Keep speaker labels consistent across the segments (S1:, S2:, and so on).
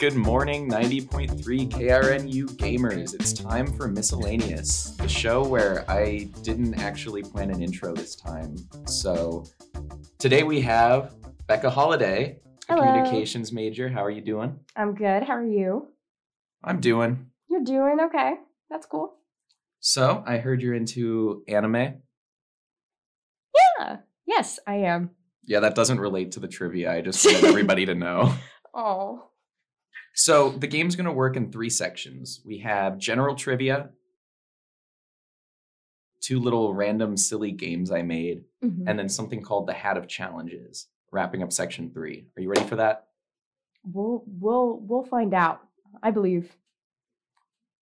S1: Good morning, 90.3 KRNU gamers. It's time for Miscellaneous, the show where I didn't actually plan an intro this time. So today we have Becca Holiday, a
S2: Hello.
S1: communications major. How are you doing?
S2: I'm good. How are you?
S1: I'm doing.
S2: You're doing okay. That's cool.
S1: So I heard you're into anime.
S2: Yeah. Yes, I am.
S1: Yeah, that doesn't relate to the trivia. I just want everybody to know.
S2: Oh.
S1: So the game's going to work in three sections. We have general trivia, two little random silly games I made,
S2: Mm-hmm.
S1: and
S2: Mm.
S1: then something called the Hat of Challenges, wrapping up section three. Are you ready for that?
S2: we'll we'll we'll find out. I believe.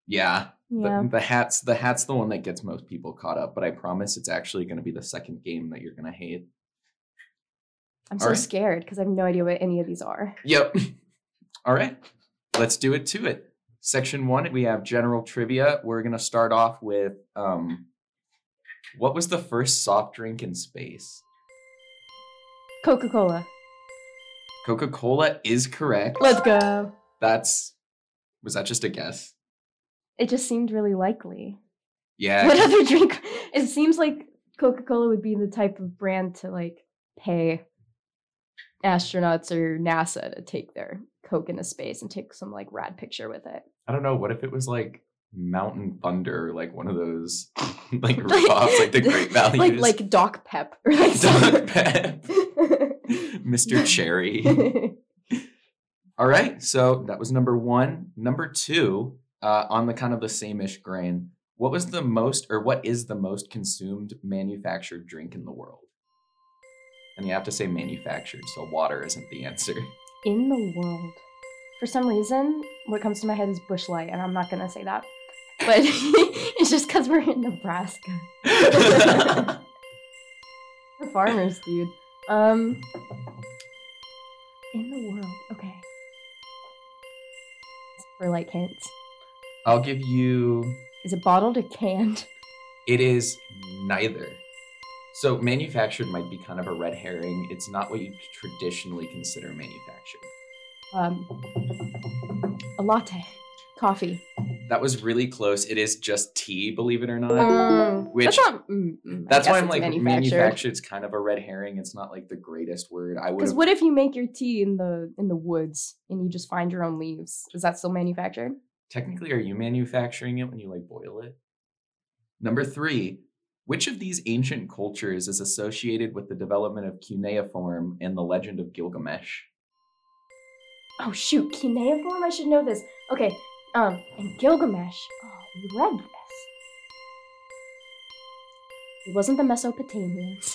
S1: Yeah. The,
S2: Yeah.
S1: the hat's the hat's the one that gets most people caught up, but I promise it's actually going to be the second game that you're going to hate.
S2: I'm
S1: all
S2: so
S1: right.
S2: scared because I have no idea what any of these are.
S1: Yep. All right. Let's do it to it. Section one, we have general trivia. We're going to start off with um, what was the first soft drink in space?
S2: Coca-Cola.
S1: Coca Cola is correct.
S2: Let's go.
S1: That's, was that just a guess?
S2: It just seemed really likely. What
S1: Yeah.
S2: other drink? It seems like Coca-Cola would be the type of brand to like pay astronauts or NASA to take their Coke into space and take some like rad picture with it.
S1: I don't know. What if it was like Mountain Thunder, like one of those like ripoffs, like the Great Values?
S2: like like Doc Pep or like
S1: Doc
S2: something.
S1: Pep, Mr. Cherry. All right, so that was number one. Number two, uh, on the kind of the same-ish grain, what was the most, or what is the most consumed manufactured drink in the world? And you have to say manufactured, so water isn't the answer.
S2: In the world, for some reason, what comes to my head is Bush Light, and I'm not gonna say that, but it's just because we're in Nebraska. We're farmers, dude. Um, in the world, okay. For like hints,
S1: I'll give you.
S2: is it bottled or canned?
S1: It is neither. So manufactured might be kind of a red herring. It's not what you traditionally consider manufactured.
S2: Um, a latte, coffee.
S1: That was really close. It is just tea, believe it or not.
S2: Um,
S1: which-
S2: that's, not, mm, mm, I
S1: That's
S2: guess
S1: why I'm
S2: it's
S1: like
S2: manufactured.
S1: manufactured's kind of a red herring. It's not like the greatest word. I would
S2: Because
S1: have
S2: what if you make your tea in the in the woods and you just find your own leaves? Is that still manufactured?
S1: technically are you manufacturing it when you like boil it? Number three, which of these ancient cultures is associated with the development of cuneiform and the legend of Gilgamesh?
S2: Oh shoot, cuneiform. I should know this. Okay, um, and Gilgamesh. Oh, we read this. It wasn't the Mesopotamians,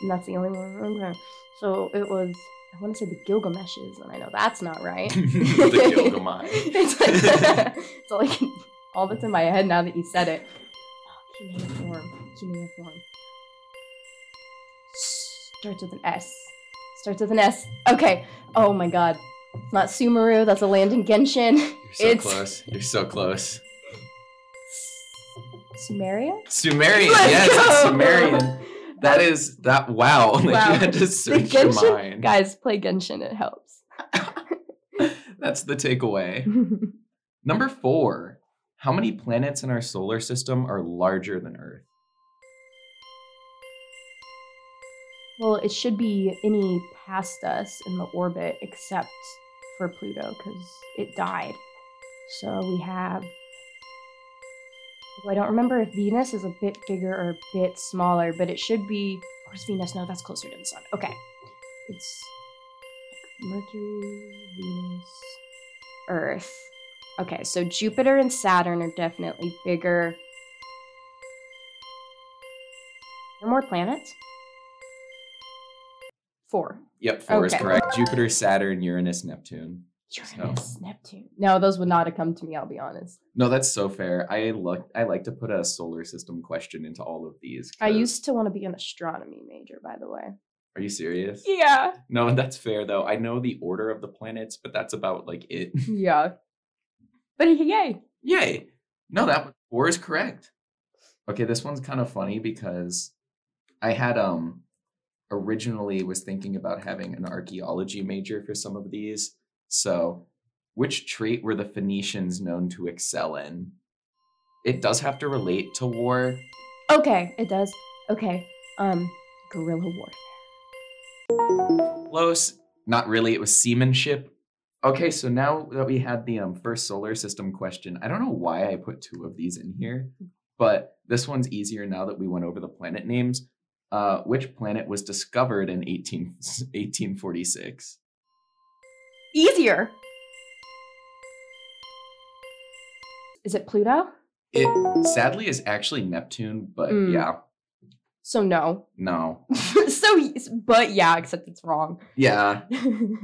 S2: and that's the only one I remember. So it was. I want to say the Gilgameshes, and I know that's not right.
S1: The Gilgamesh.
S2: it's like it's like all that's in my head now that you said it. Oh, cuneiform, cuneiform. Starts with an S. Starts with an S. Okay. Oh my god. It's not Sumeru, that's a land in Genshin.
S1: You're so
S2: so It's-
S1: close.
S2: close.
S1: You're so close.
S2: Sumeria? Oh,
S1: Sumerian,
S2: Let's
S1: yes, it's
S2: go!
S1: Sumerian. That is that. Wow, like
S2: Wow.
S1: you had to search your
S2: Genshin
S1: mind.
S2: Guys, play Genshin, it helps.
S1: That's the takeaway. Number four. How many planets in our solar system are larger than Earth?
S2: well, it should be any past us in the orbit except for Pluto, because it died. So we have Well, I don't remember if Venus is a bit bigger or a bit smaller, but it should be. Where's Venus? No, that's closer to the sun. Okay. It's Mercury, Venus, Earth. Okay, so Jupiter and Saturn are definitely bigger. There are more planets? Four.
S1: Yep, four is
S2: Okay.
S1: correct. Jupiter, Saturn, Uranus, Neptune.
S2: Uranus, Neptune. No, those would not have come to me, I'll be honest.
S1: No, that's so fair. I look. I like to put a solar system question into all of these.
S2: I
S1: 'cause-
S2: used to want to be an astronomy major, by the way.
S1: Are you serious?
S2: Yeah.
S1: No, that's fair though. I know the order of the planets, but that's about like it.
S2: Yeah. But yay.
S1: Yay! No, that one- four is correct. Okay, this one's kind of funny because I had um originally was thinking about having an archaeology major for some of these. So Which trait were the Phoenicians known to excel in? It does have to relate to war.
S2: Okay, it does. Okay. Um, guerrilla warfare.
S1: Close. Not really. It was seamanship. Okay, so now that we had the um, first solar system question, I don't know why I put two of these in here, but this one's easier now that we went over the planet names. Uh, which planet was discovered in 18, 1846?
S2: Easier. Is it Pluto?
S1: It sadly is actually Neptune, but
S2: Mm.
S1: yeah,
S2: So no.
S1: no.
S2: so yes, but yeah, except it's wrong.
S1: Yeah.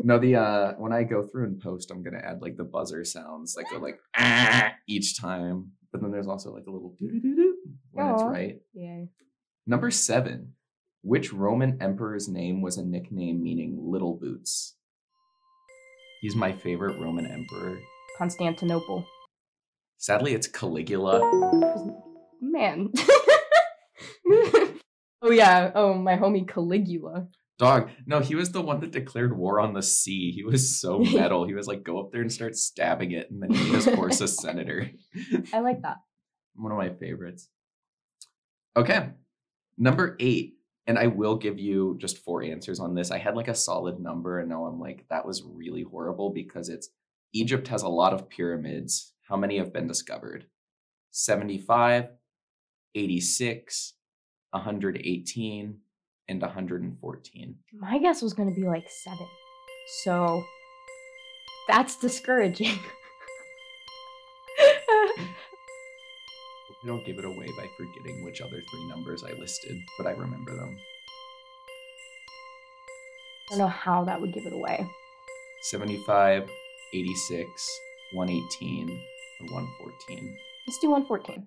S1: No, the uh when I go through and post, I'm gonna add like the buzzer sounds, like the like ah, each time. But then there's also like a little doo doo doo doo when it's
S2: Aw.
S1: right.
S2: yeah.
S1: Number seven. Which Roman emperor's name was a nickname meaning little boots? He's my favorite Roman emperor.
S2: Constantinople.
S1: Sadly, it's Caligula.
S2: Man. oh yeah. Oh, my homie Caligula.
S1: Dog. No, he was the one that declared war on the sea. He was so metal. He was like, go up there and start stabbing it, and then he made his horse a senator.
S2: I like that.
S1: one of my favorites. Okay. Number eight. And I will give you just four answers on this. I had like a solid number, and now I'm like, that was really horrible because it's Egypt has a lot of pyramids. How many have been discovered? 75, 86, 118, and 114.
S2: My guess was gonna be like seven. So that's discouraging.
S1: I don't give it away by forgetting which other three numbers I listed, but I remember them.
S2: I don't know how that would give it away.
S1: 75, 86, 118, and 114.
S2: Let's do 114.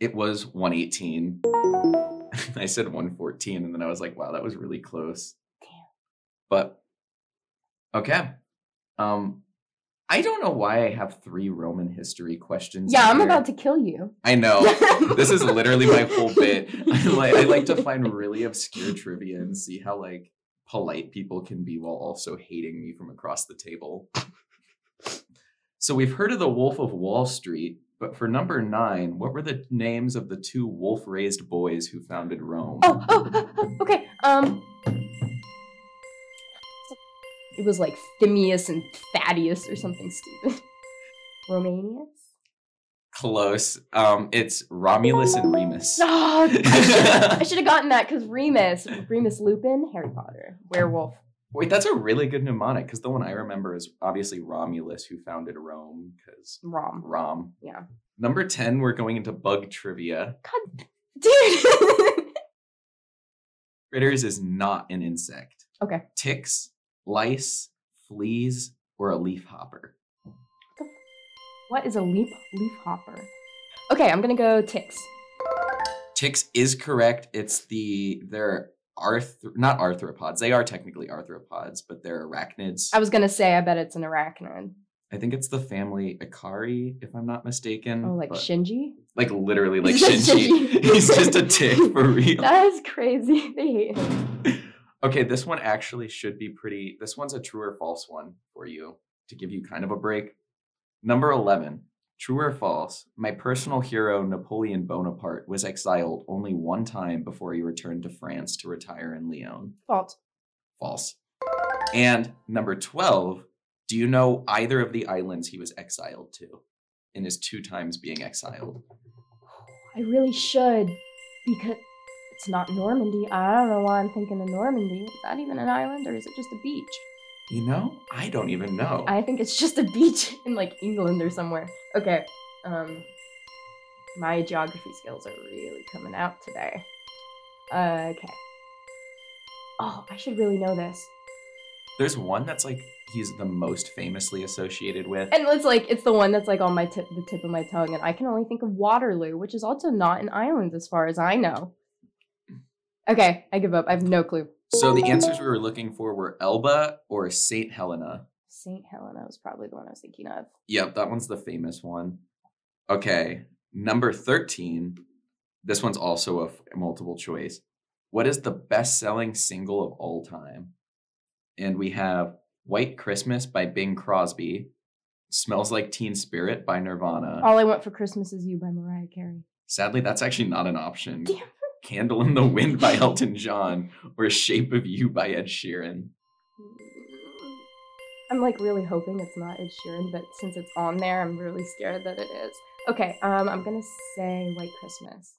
S1: It was 118. I said 114, and then I was like, wow, that was really close.
S2: Damn.
S1: But okay. Um, I don't know why I have three Roman history questions.
S2: Yeah, I'm
S1: here.
S2: about to kill you.
S1: I know. Oh, this is literally my whole bit. I like, I like to find really obscure trivia and see how like polite people can be while also hating me from across the table. so we've heard of the Wolf of Wall Street, but for number nine, what were the names of the two wolf-raised boys who founded Rome?
S2: Oh, oh, oh, oh, okay. Um, it was like Thymias and Thaddeus or something stupid. Romanians?
S1: Close. Um, it's Romulus and Remus.
S2: Oh, I should have gotten that because Remus, Remus Lupin, Harry Potter, werewolf.
S1: Wait, that's a really good mnemonic because the one I remember is obviously Romulus who founded Rome because
S2: Rom.
S1: Rom.
S2: Yeah.
S1: Number 10, we're going into bug trivia.
S2: God, dude.
S1: Critters is not an insect.
S2: Okay.
S1: Ticks, lice, fleas, or a leaf hopper.
S2: what is a leap leaf hopper? Okay, I'm gonna go ticks.
S1: Ticks is correct. It's the, they're arth- not arthropods. They are technically arthropods, but they're arachnids.
S2: I was gonna say, I bet it's an arachnid.
S1: I think it's the family Ikari, if I'm not mistaken.
S2: Oh, like
S1: Mm, but-
S2: Shinji?
S1: Like literally like
S2: Just
S1: Shinji.
S2: Shinji.
S1: He's just a tick for real.
S2: That is crazy. They hate him.
S1: okay, this one actually should be pretty. This one's a true or false one for you to give you kind of a break. Number 11, true or false, my personal hero, Napoleon Bonaparte, was exiled only one time before he returned to France to retire in Lyon.
S2: Fault.
S1: False. And number 12, do you know either of the islands he was exiled to in his two times being exiled?
S2: I really should because it's not Normandy. I don't know why I'm thinking of Normandy. Is that even an island or is it just a beach?
S1: You know, I don't even know.
S2: I think it's just a beach in like England or somewhere. Okay. Um my geography skills are really coming out today. Uh, okay. Oh, I should really know this.
S1: There's one that's like he's the most famously associated with.
S2: And it's like it's the one that's like on my tip the tip of my tongue and I can only think of Waterloo, which is also not an island as far as I know. Okay, I give up. I have no clue.
S1: So the answers we were looking for were Elba or St. Helena.
S2: St. Helena was probably the one I was thinking of.
S1: Yep, that one's the famous one. Okay, number 13. This one's also a f- multiple choice. What is the best selling single of all time? And we have White Christmas by Bing Crosby, Smells Like Teen Spirit by Nirvana.
S2: All I Want for Christmas Is You by Mariah Carey.
S1: Sadly, that's actually not an option.
S2: Damn.
S1: Candle in the Wind by Elton John or Shape of You by Ed Sheeran.
S2: I'm like really hoping it's not Ed Sheeran, but since it's on there, I'm really scared that it is. Okay, um, I'm gonna say White Christmas.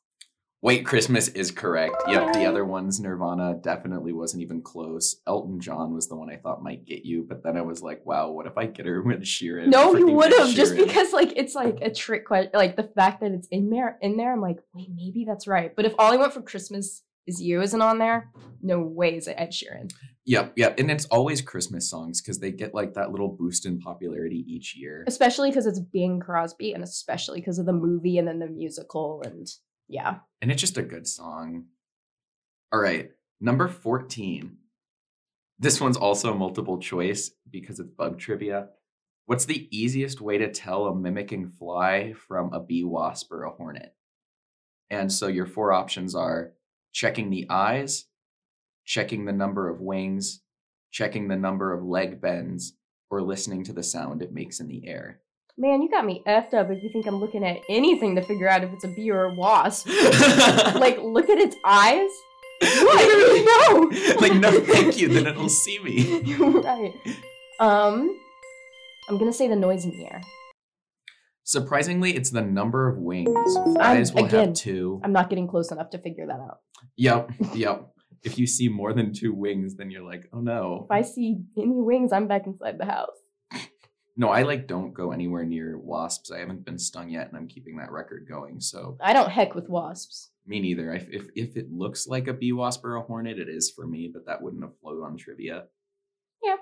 S1: Wait, Christmas is correct. Yep, the other one's Nirvana definitely wasn't even close. Elton John was the one I thought might get you, but then I was like, wow, what if I get her with Sheeran?
S2: No, you
S1: Freaking
S2: would
S1: Ed
S2: have just
S1: Sheeran.
S2: because like it's like a trick question. Like the fact that it's in there, in there, I'm like, wait, maybe that's right. But if all I want for Christmas is you isn't on there, no way is it Ed Sheeran.
S1: Yep, yep. And it's always Christmas songs because they get like that little boost in popularity each year.
S2: Especially because it's Bing Crosby, and especially because of the movie and then the musical, and yeah.
S1: And it's just a good song. All right, number 14. This one's also multiple choice because it's bug trivia. What's the easiest way to tell a mimicking fly from a bee wasp or a hornet? And so your four options are checking the eyes, checking the number of wings, checking the number of leg bends, or listening to the sound it makes in the air.
S2: Man, you got me effed up if you think I'm looking at anything to figure out if it's a bee or a wasp.
S1: like,
S2: Like, look at its eyes. What? no.
S1: like, no, thank you, then it'll see me.
S2: right. Um, I'm gonna say the noise in the air.
S1: Surprisingly, it's the number of wings. Flies will
S2: again,
S1: have two.
S2: I'm not getting close enough to figure that out.
S1: Yep, yep. If you see more than two wings, then you're like, oh no.
S2: If I see any wings, I'm back inside the house.
S1: No, I like don't go anywhere near wasps. I haven't been stung yet, and I'm keeping that record going. So
S2: I don't heck with wasps.
S1: me neither. If if, if it looks like a bee wasp or a hornet, it is for me. But that wouldn't have flowed on trivia.
S2: Yeah.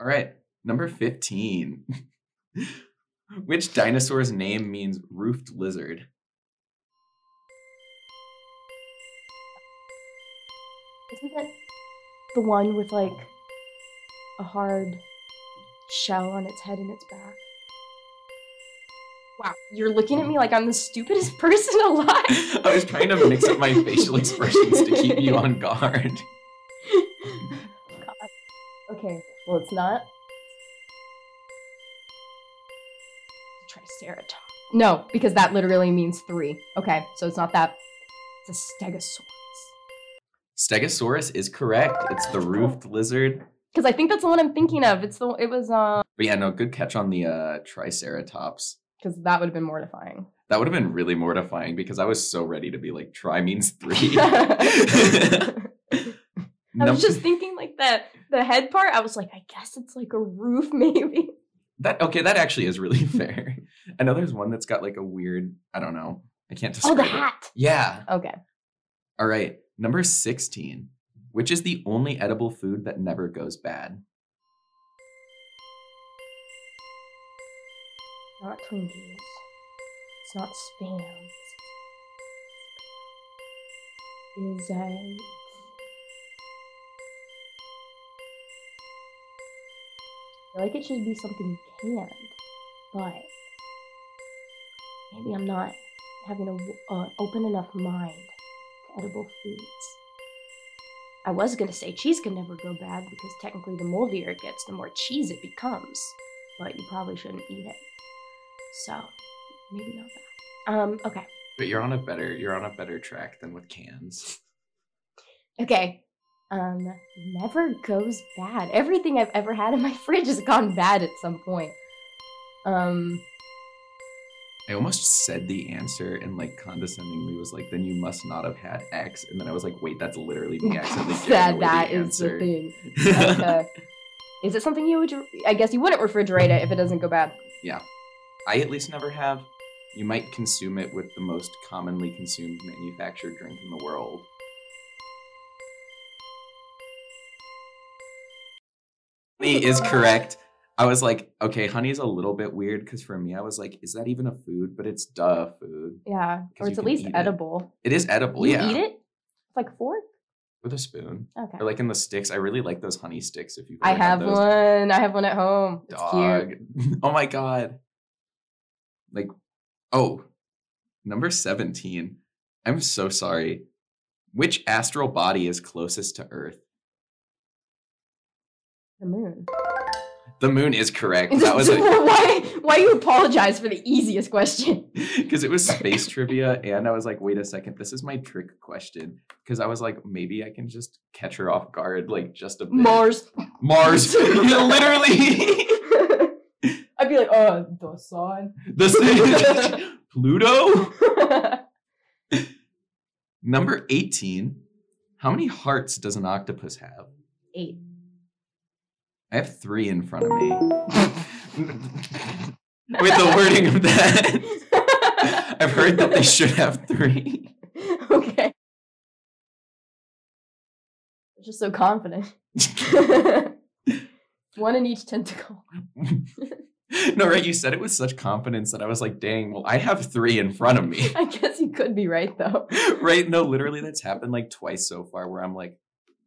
S1: All right, number fifteen. Which dinosaur's name means roofed lizard?
S2: Isn't that the one with like a hard shell on its head and its back? Wow, you're looking at me like I'm the stupidest person alive.
S1: I was trying to mix up my facial expressions to keep you on guard.
S2: God. Okay, well, it's not. Triceratops. No, because that literally means three. Okay, so it's not that. It's a stegosaurus.
S1: Stegosaurus is correct. It's the roofed lizard.
S2: Because I think that's the one I'm thinking of. It's the it was um
S1: But yeah, no, good catch on the uh, Triceratops.
S2: because that would have been mortifying.
S1: That would have been really mortifying because I was so ready to be like, try means three.
S2: I
S1: Num-
S2: was just thinking like the the head part. I was like, I guess it's like a roof, maybe.
S1: that okay, that actually is really fair. I know there's one that's got like a weird, I don't know. I can't
S2: Oh,
S1: describe
S2: the
S1: it.
S2: hat.
S1: Yeah.
S2: Okay,
S1: All right. Number 16. Which is the only edible food that never goes bad?
S2: not Twinkies. It's not spam. Is it? I feel like it should be something canned, but maybe I'm not having an uh, open enough mind to edible foods. I was gonna say cheese can never go bad because technically the moldier it gets, the more cheese it becomes, but you probably shouldn't eat it. So maybe not that. Um, okay.
S1: But you're on a better you're on a better track than with cans.
S2: Okay. Um, never goes bad. Everything I've ever had in my fridge has gone bad at some point. Um,
S1: I almost said the answer and like condescendingly was like, then you must not have had X. And then I was like, wait, that's literally me accidentally giving
S2: that
S1: away
S2: that
S1: the
S2: is the
S1: answer.
S2: thing. Okay. is it something you would? I guess you wouldn't refrigerate it if it doesn't go bad.
S1: I at least never have. You might consume it with the most commonly consumed manufactured drink in the world. Honey is correct. I was like, okay, honey's a little bit weird because for me, I was like, is that even a food? But it's duh food.
S2: Yeah,
S1: you
S2: or it's at
S1: can
S2: least
S1: eat it.
S2: edible.
S1: It is edible,
S2: you
S1: yeah.
S2: eat it? It's like a fork.
S1: With a spoon.
S2: Okay.
S1: Or like in the sticks. I really like those honey sticks if you've
S2: I
S1: ever had
S2: have
S1: those.
S2: one. I have one at home. It's cute.
S1: dog. Oh my god. Like, oh, number 17. I'm so sorry. Which astral body is closest to Earth?
S2: The moon.
S1: The moon is correct. That was a
S2: why why you apologize for the easiest question?
S1: because it was space trivia, and I was like, wait a second, this is my trick question. Because I was like, maybe I can just catch her off guard, like just a bit.
S2: Mars.
S1: Mars. Yeah, literally
S2: I'd be like, oh, the sun.
S1: the same. Pluto. Number eighteen. How many hearts does an octopus have?
S2: Eight.
S1: I have three in front of me. With the wording of that. I've heard that they should have three.
S2: okay. You're Just so confident. One in each tentacle.
S1: no, right? You said it with such confidence that I was like, dang, well, I have three in front of me.
S2: I guess you could be right though.
S1: right? No, literally, that's happened like twice so far where I'm like,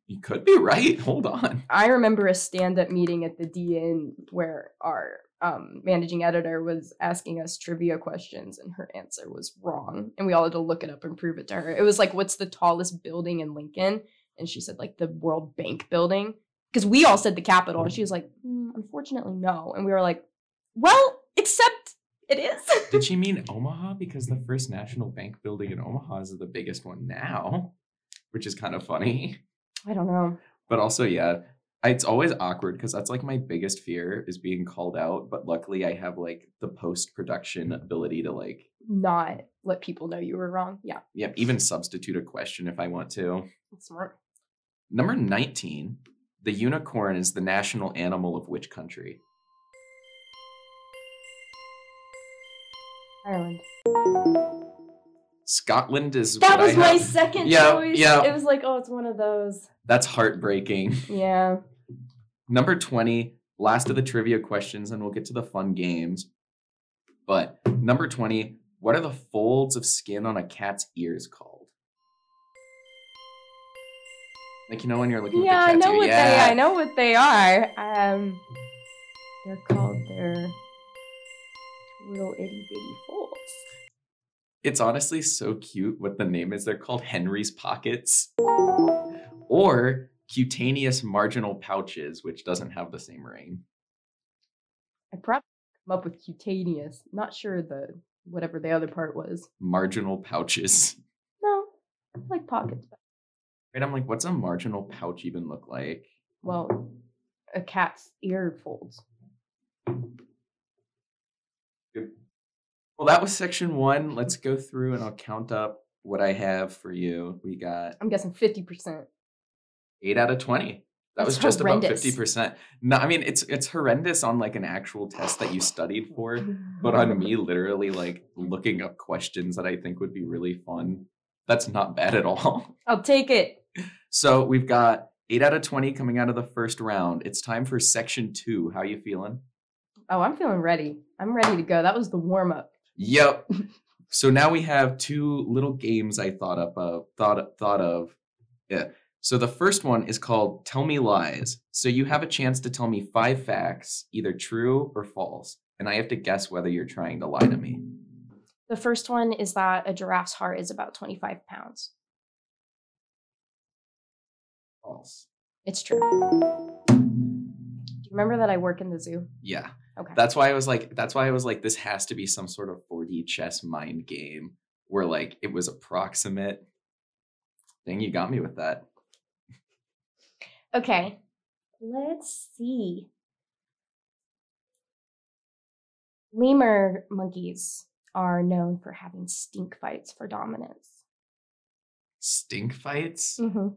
S1: you could be right. Hold on.
S2: I remember a stand-up meeting at the DN where our um, managing editor was asking us trivia questions, and her answer was wrong, and we all had to look it up and prove it to her. It was like, "What's the tallest building in Lincoln?" And she said, "Like the World Bank Building," because we all said the Capitol, and she was like, "Mm, "Unfortunately, no," and we were like, "Well, except it is."
S1: Did she mean Omaha? Because the first national bank building in Omaha is the biggest one now, which is kind of funny.
S2: I don't know.
S1: But also, yeah, I- it's always awkward because that's like my biggest fear is being called out. But luckily, I have like the post production ability to like,
S2: Not let people know you were wrong. Yeah,
S1: yeah, even substitute a question if I want to.
S2: that's smart.
S1: Number 19, the unicorn is the national animal of which country?
S2: Ireland.
S1: Scotland is
S2: That
S1: what
S2: was
S1: I
S2: my
S1: have.
S2: second
S1: Yeah,
S2: choice.
S1: yeah.
S2: It was like, oh, it's one of those.
S1: That's heartbreaking.
S2: Yeah.
S1: Number 20, last of the trivia questions and we'll get to the fun games. But number 20, what are the folds of skin on a cat's ears called? Like you know when you're looking
S2: Yeah,
S1: at
S2: I
S1: the cat's
S2: know
S1: ear,
S2: what
S1: yeah.
S2: they I know what they are. Um they're called their little itty bitty folds.
S1: It's honestly so cute what the name is. They're called Henry's Pockets or cutaneous marginal pouches, which doesn't have the same ring.
S2: I probably come up with cutaneous. Not sure the whatever the other part was.
S1: Marginal pouches.
S2: No. I like pockets better.
S1: Right? I'm like, what's a marginal pouch even look like?
S2: Well, a cat's ear folds.
S1: Well, that was section one. Let's go through and I'll count up what I have for you. We got
S2: I'm guessing fifty percent.
S1: eight out of 20. That
S2: That's
S1: was just
S2: horrendous.
S1: about 50%. No, I mean, it's it's horrendous on like an actual test that you studied for. but on me literally like looking up questions that I think would be really fun. That's not bad at all.
S2: I'll take it.
S1: So we've got eight out of twenty coming out of the first round. It's time for section two. How you feeling?
S2: Oh, I'm feeling ready. I'm ready to go. That was the warm up.
S1: Yep. so now we have two little games I thought up of thought thought of. Yeah. So the first one is called Tell Me Lies. So you have a chance to tell me five facts, either true or false, and I have to guess whether you're trying to lie to me.
S3: The first one is that a giraffe's heart is about 25 pounds.
S1: False.
S3: It's true.
S2: Do you remember that I work in the zoo?
S1: Yeah.
S3: Okay.
S1: That's why I was like, that's why I was like, this has to be some sort of 4D chess mind game where like it was approximate. Dang, you got me with that.
S3: Okay. Let's see. Lemur monkeys are known for having stink fights for dominance.
S1: Stink fights?
S2: Mm.
S3: Mm-hmm.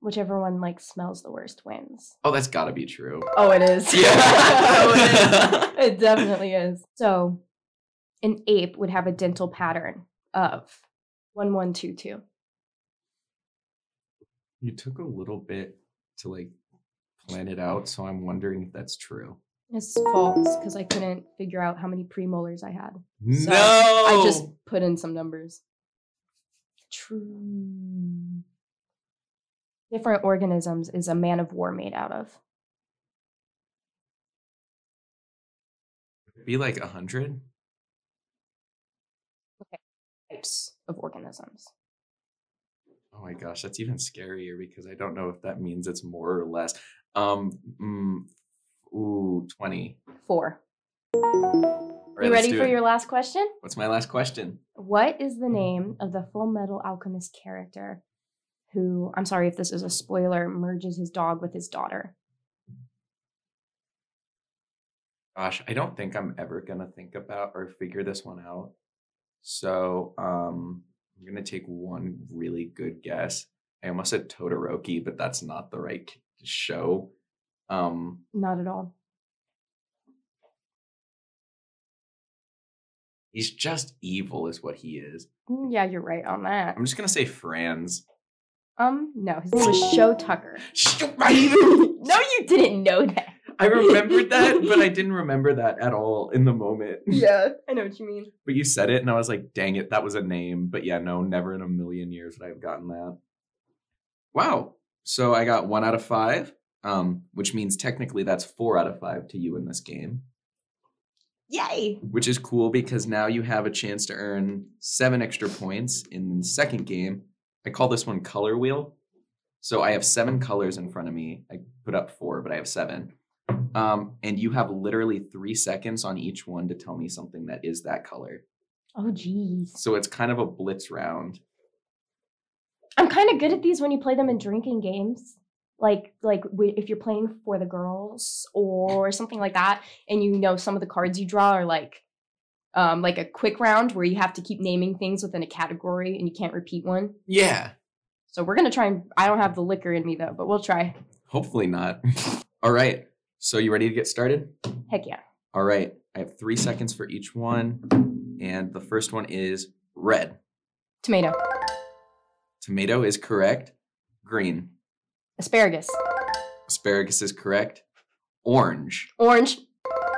S3: Whichever one like smells the worst wins.
S1: Oh, that's gotta be true.
S2: Oh it is. oh,
S1: Yeah.
S2: it is. It definitely is.
S3: So, an ape would have a dental pattern of one one two two.
S1: you took a little bit to like plan it out, so I'm wondering if that's true.
S3: It's false because I couldn't figure out how many premolars I had.
S1: No.
S2: I just
S1: Oh.
S2: put in some numbers.
S3: True. Different organisms is a man of war made out of.
S1: be like a hundred.
S3: Types of organisms.
S1: Oh my gosh, that's even scarier because I don't know if that means it's more or less. Um, mm, Ooh, 20.
S4: Four.
S1: All
S2: you
S1: let's
S2: ready
S1: do
S2: for
S1: it. Mm-hmm.
S2: your last question?
S1: What's my last question?
S2: What is the name of the Full Metal Alchemist character who, I'm sorry if this is a spoiler, merges his dog with his daughter?
S1: Gosh, I don't think I'm ever going to think about or figure this one out. So um, I'm going to take one really good guess. I almost said Todoroki, but that's not the right k- show. Um,
S2: Not at all.
S1: he's just evil, is what he is.
S2: Mm, Yeah, you're right on that.
S1: I'm just going to say Franz.
S2: Um, no, his name is Show Tucker.
S1: Shoot, I even-
S4: no, you didn't know that.
S1: I remembered that, but I didn't remember that at all in the moment.
S4: Yeah, I know what you mean.
S1: But you said it, and I was like, dang it, that was a name. But yeah, no, never in a million years would I have gotten that. Wow. So I got one out of five, um, which means technically that's four out of five to you in this game,
S4: Yay!
S1: which is cool because now you have a chance to earn seven extra points in the second game. I call this one color wheel. So I have seven colors in front of me. I put up four, but I have seven. Um, and you have literally three seconds on each one to tell me something that is that color.
S2: Oh, jeez.
S1: So it's kind of a blitz round.
S2: I'm kind of good at these when you play them in drinking games. Like, like wi- if you're playing for the girls or something like that, and you know some of the cards you draw are like, um, like a quick round where you have to keep naming things within a category and you can't repeat one.
S1: Yeah.
S2: So we're gonna try and I don't have the liquor in me though, but we'll try.
S1: Hopefully not. All right. So you ready to get started?
S2: Heck yeah.
S1: All right. I have three seconds for each one. And the first one is red.
S2: Tomato,
S1: Tomato is correct. Green.
S2: asparagus,
S1: Asparagus is correct. Orange.
S2: orange.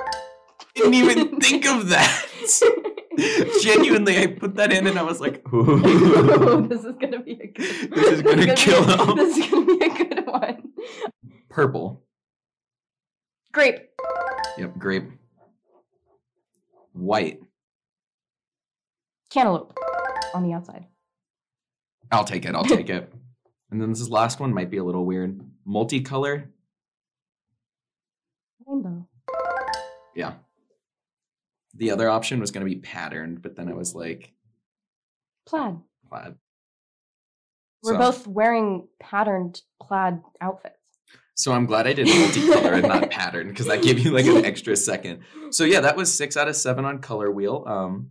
S1: Didn't even think of that. Genuinely, I put that in and I was like, ooh.
S4: this is gonna be a good.
S1: This is gonna
S4: be
S1: kill
S4: a-
S1: him.
S4: This is gonna be a good one.
S1: Purple.
S2: Grape,
S1: Yep, grape. White.
S2: cantaloupe on the outside.
S1: I'll take it. I'll take it. And then this is- last one might be a little weird. Multicolor.
S2: Rainbow.
S1: Yeah. The other option was going to be patterned, but then I was like,
S2: Plaid.
S1: plaid.
S2: We're
S1: So-
S2: both wearing patterned plaid outfits.
S1: So I'm glad I did multicolor and not patterned because that gave you like an extra second. So yeah, that was six out of seven on color wheel. Um,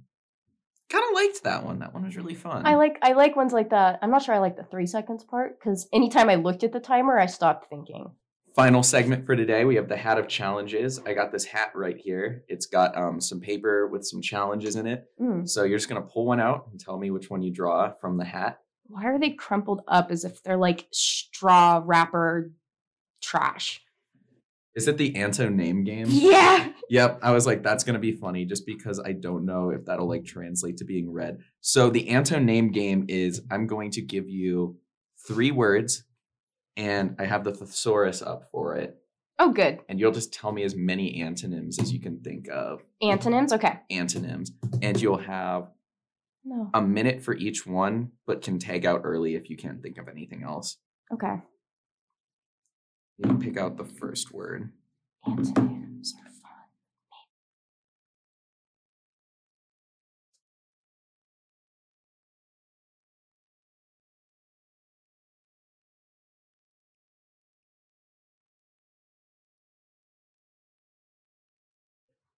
S1: kind of liked that one. That one was really fun.
S2: I like I like ones like that. I'm not sure I like the three seconds part because anytime I looked at the timer, I stopped thinking.
S1: final segment for today we have the hat of challenges i got this hat right here it's got um, some paper with some challenges in it
S2: Mm,
S1: so you're just going to pull one out and tell me which one you draw from the hat
S2: why are they crumpled up as if they're like straw wrapper trash?
S1: is it the anto name game
S2: Yeah.
S1: yep i was like that's going to be funny just because i don't know if that'll like translate to being read so the anto name game is i'm going to give you three words and i have the thesaurus up for it
S2: Oh, good.
S1: and you'll just tell me as many antonyms as you can think of
S2: Antonyms. Okay.
S1: antonyms and you'll have
S2: No.
S1: a minute for each one, but can tag out early if you can't think of anything else.
S2: Okay.
S1: You can pick out the first word.
S2: Antonyms are fun.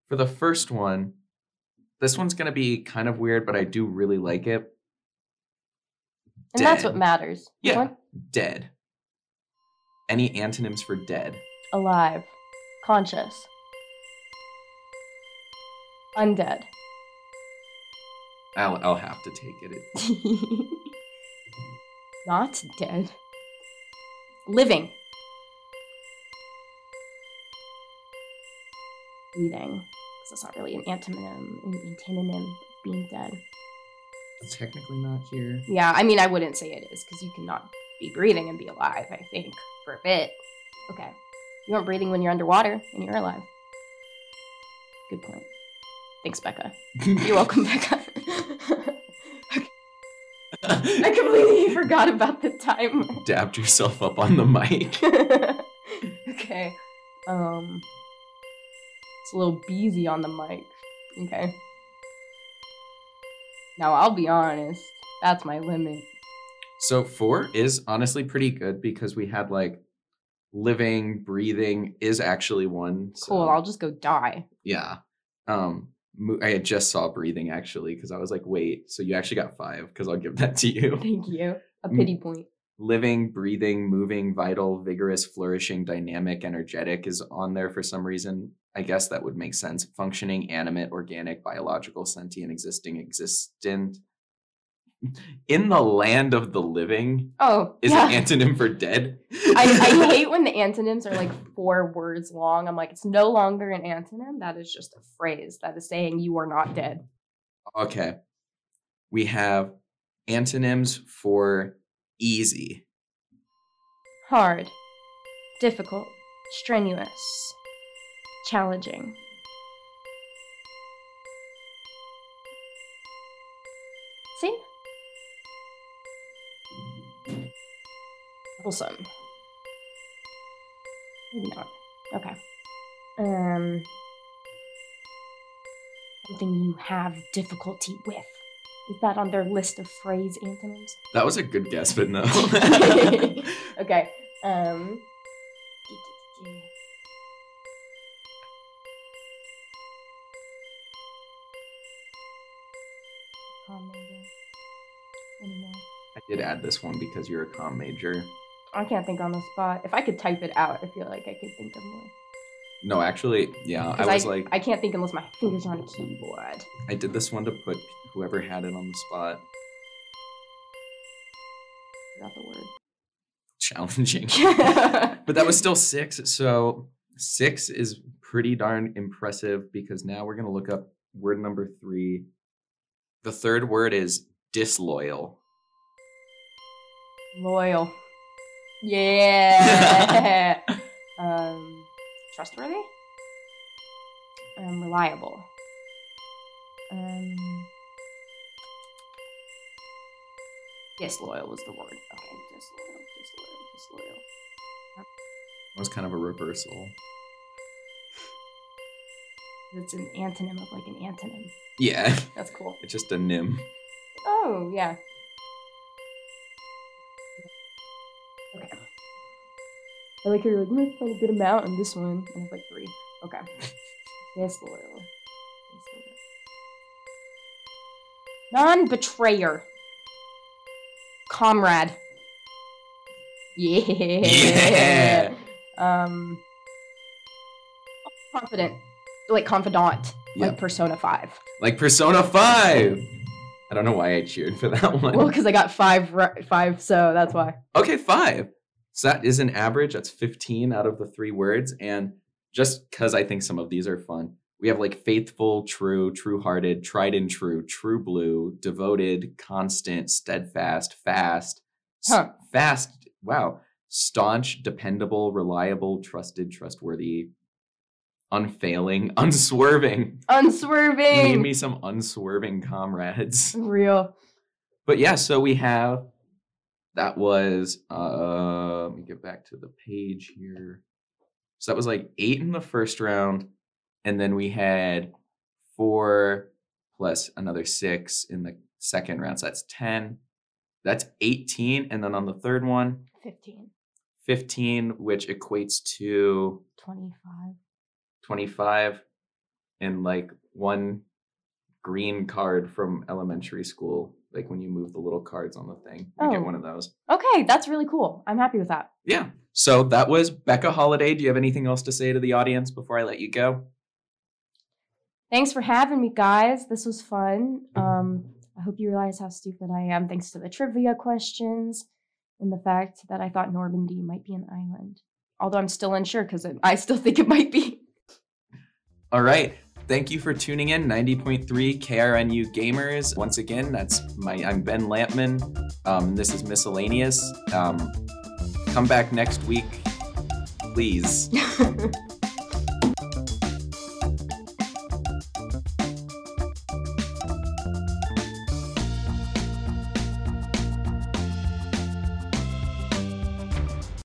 S1: For the first one, this one's going to be kind of weird, but I do really like it.
S2: And that's what
S1: Dead.
S2: matters.
S1: Yeah.
S2: What?
S1: Dead. Any antonyms for dead?
S2: Alive. Conscious. Undead.
S1: I'll, I'll have to take it. it.
S2: Not dead. Living. Breathing. Because that's not really an antonym, an antonym being dead.
S1: It's technically not here.
S2: Yeah, I mean, I wouldn't say it is because you cannot be breathing and be alive, I think, for a bit. Okay. You aren't breathing when you're underwater and you're alive. Good point. Thanks, Becca. You're welcome, Becca. I completely forgot about the timer.
S1: Dabbed yourself up on the mic.
S2: okay. Um It's a little beezy on the mic. Okay. Now I'll be honest. That's my limit.
S1: So four is honestly pretty good because we had like living, breathing is actually one. So,
S2: Cool. I'll just go die.
S1: yeah. Um, mo- I had just saw breathing actually because I was like, wait, so you actually got five because I'll give that to you.
S2: Thank you. A
S1: Mm.
S2: pity point.
S1: living, breathing, moving, vital, vigorous, flourishing, dynamic, energetic is on there for some reason. I guess that would make sense. Functioning, animate, organic, biological, sentient, existing, existent. In the land of the living
S2: Oh,
S1: is
S2: yeah.
S1: an antonym for dead.
S2: I, I hate when the antonyms are like four words long. I'm like, it's no longer an antonym. That is just a phrase that is saying you are not dead.
S1: Okay. We have antonyms for easy.
S3: Hard, difficult, strenuous, challenging.
S2: See? Wholesome. Maybe not. Okay.
S3: Um, something you have difficulty with. Is that on their list of phrase antonyms?
S1: That was a good guess, but no.
S2: Okay. Um.
S3: Calm major. Anymore.
S1: I did add this one because you're a com major.
S2: I can't think on the spot. If I could type it out, I feel like I could think of more.
S1: No, actually, yeah, I
S2: 'Cause
S1: was like,
S2: I can't think unless my fingers on a keyboard.
S1: I did this one to put whoever had it on the spot
S2: Forgot the word.
S1: challenging. but that was still six. So six is pretty darn impressive because now we're going to look up word number three. The third word is disloyal.
S2: Loyal. Yeah. um, trustworthy. Um, reliable. Um. Disloyal was the word. Okay, disloyal, disloyal, disloyal.
S1: That was kind of a reversal.
S2: That's an antonym of like an antonym.
S1: Yeah,
S2: That's cool.
S1: it's just a nim.
S2: Oh, yeah. Okay. I like you're like, I'm gonna find a good amount on this one. And it's like three. Okay. Disloyal. Disloyal.
S3: Non betrayer. Comrade.
S2: Yeah.
S1: Yeah.
S2: Um confident. Like confidant.
S1: Yeah.
S2: Like persona five.
S1: Like Persona 5. I don't know why I cheered for that one.
S2: Well, because I got five ri- five, so that's why.
S1: Okay, five. So that is an average. That's 15 out of the three words. And just because I think some of these are fun, we have like faithful, true, true hearted, tried and true, true blue, devoted, constant, steadfast, fast, s-
S2: Huh.
S1: fast, wow, staunch, dependable, reliable, trusted, trustworthy, unfailing, unswerving. Need
S2: Unswerving.
S1: me some unswerving comrades.
S2: Real.
S1: But yeah, so we have that was uh let me get back to the page here. So that was like eight in the first round, and then we had four plus another six in the second round. So that's ten. That's 18. And then on the third one,
S3: 15,
S1: 15, which equates to
S3: 25.
S1: 25 and like one green card from elementary school like when you move the little cards on the thing you get
S3: Oh.
S1: one of those
S3: Okay, that's really cool. I'm happy with that.
S1: yeah so that was becca holiday do you have anything else to say to the audience before i let you go
S3: Thanks for having me, guys. This was fun. Um, I hope you realize how stupid I am thanks to the trivia questions and the fact that I thought Normandy might be an island. Although I'm still unsure because I still think it might be.
S1: all right thank you for tuning in 90.3 krnu gamers once again that's my i'm ben lampman um, this is miscellaneous um, come back next week please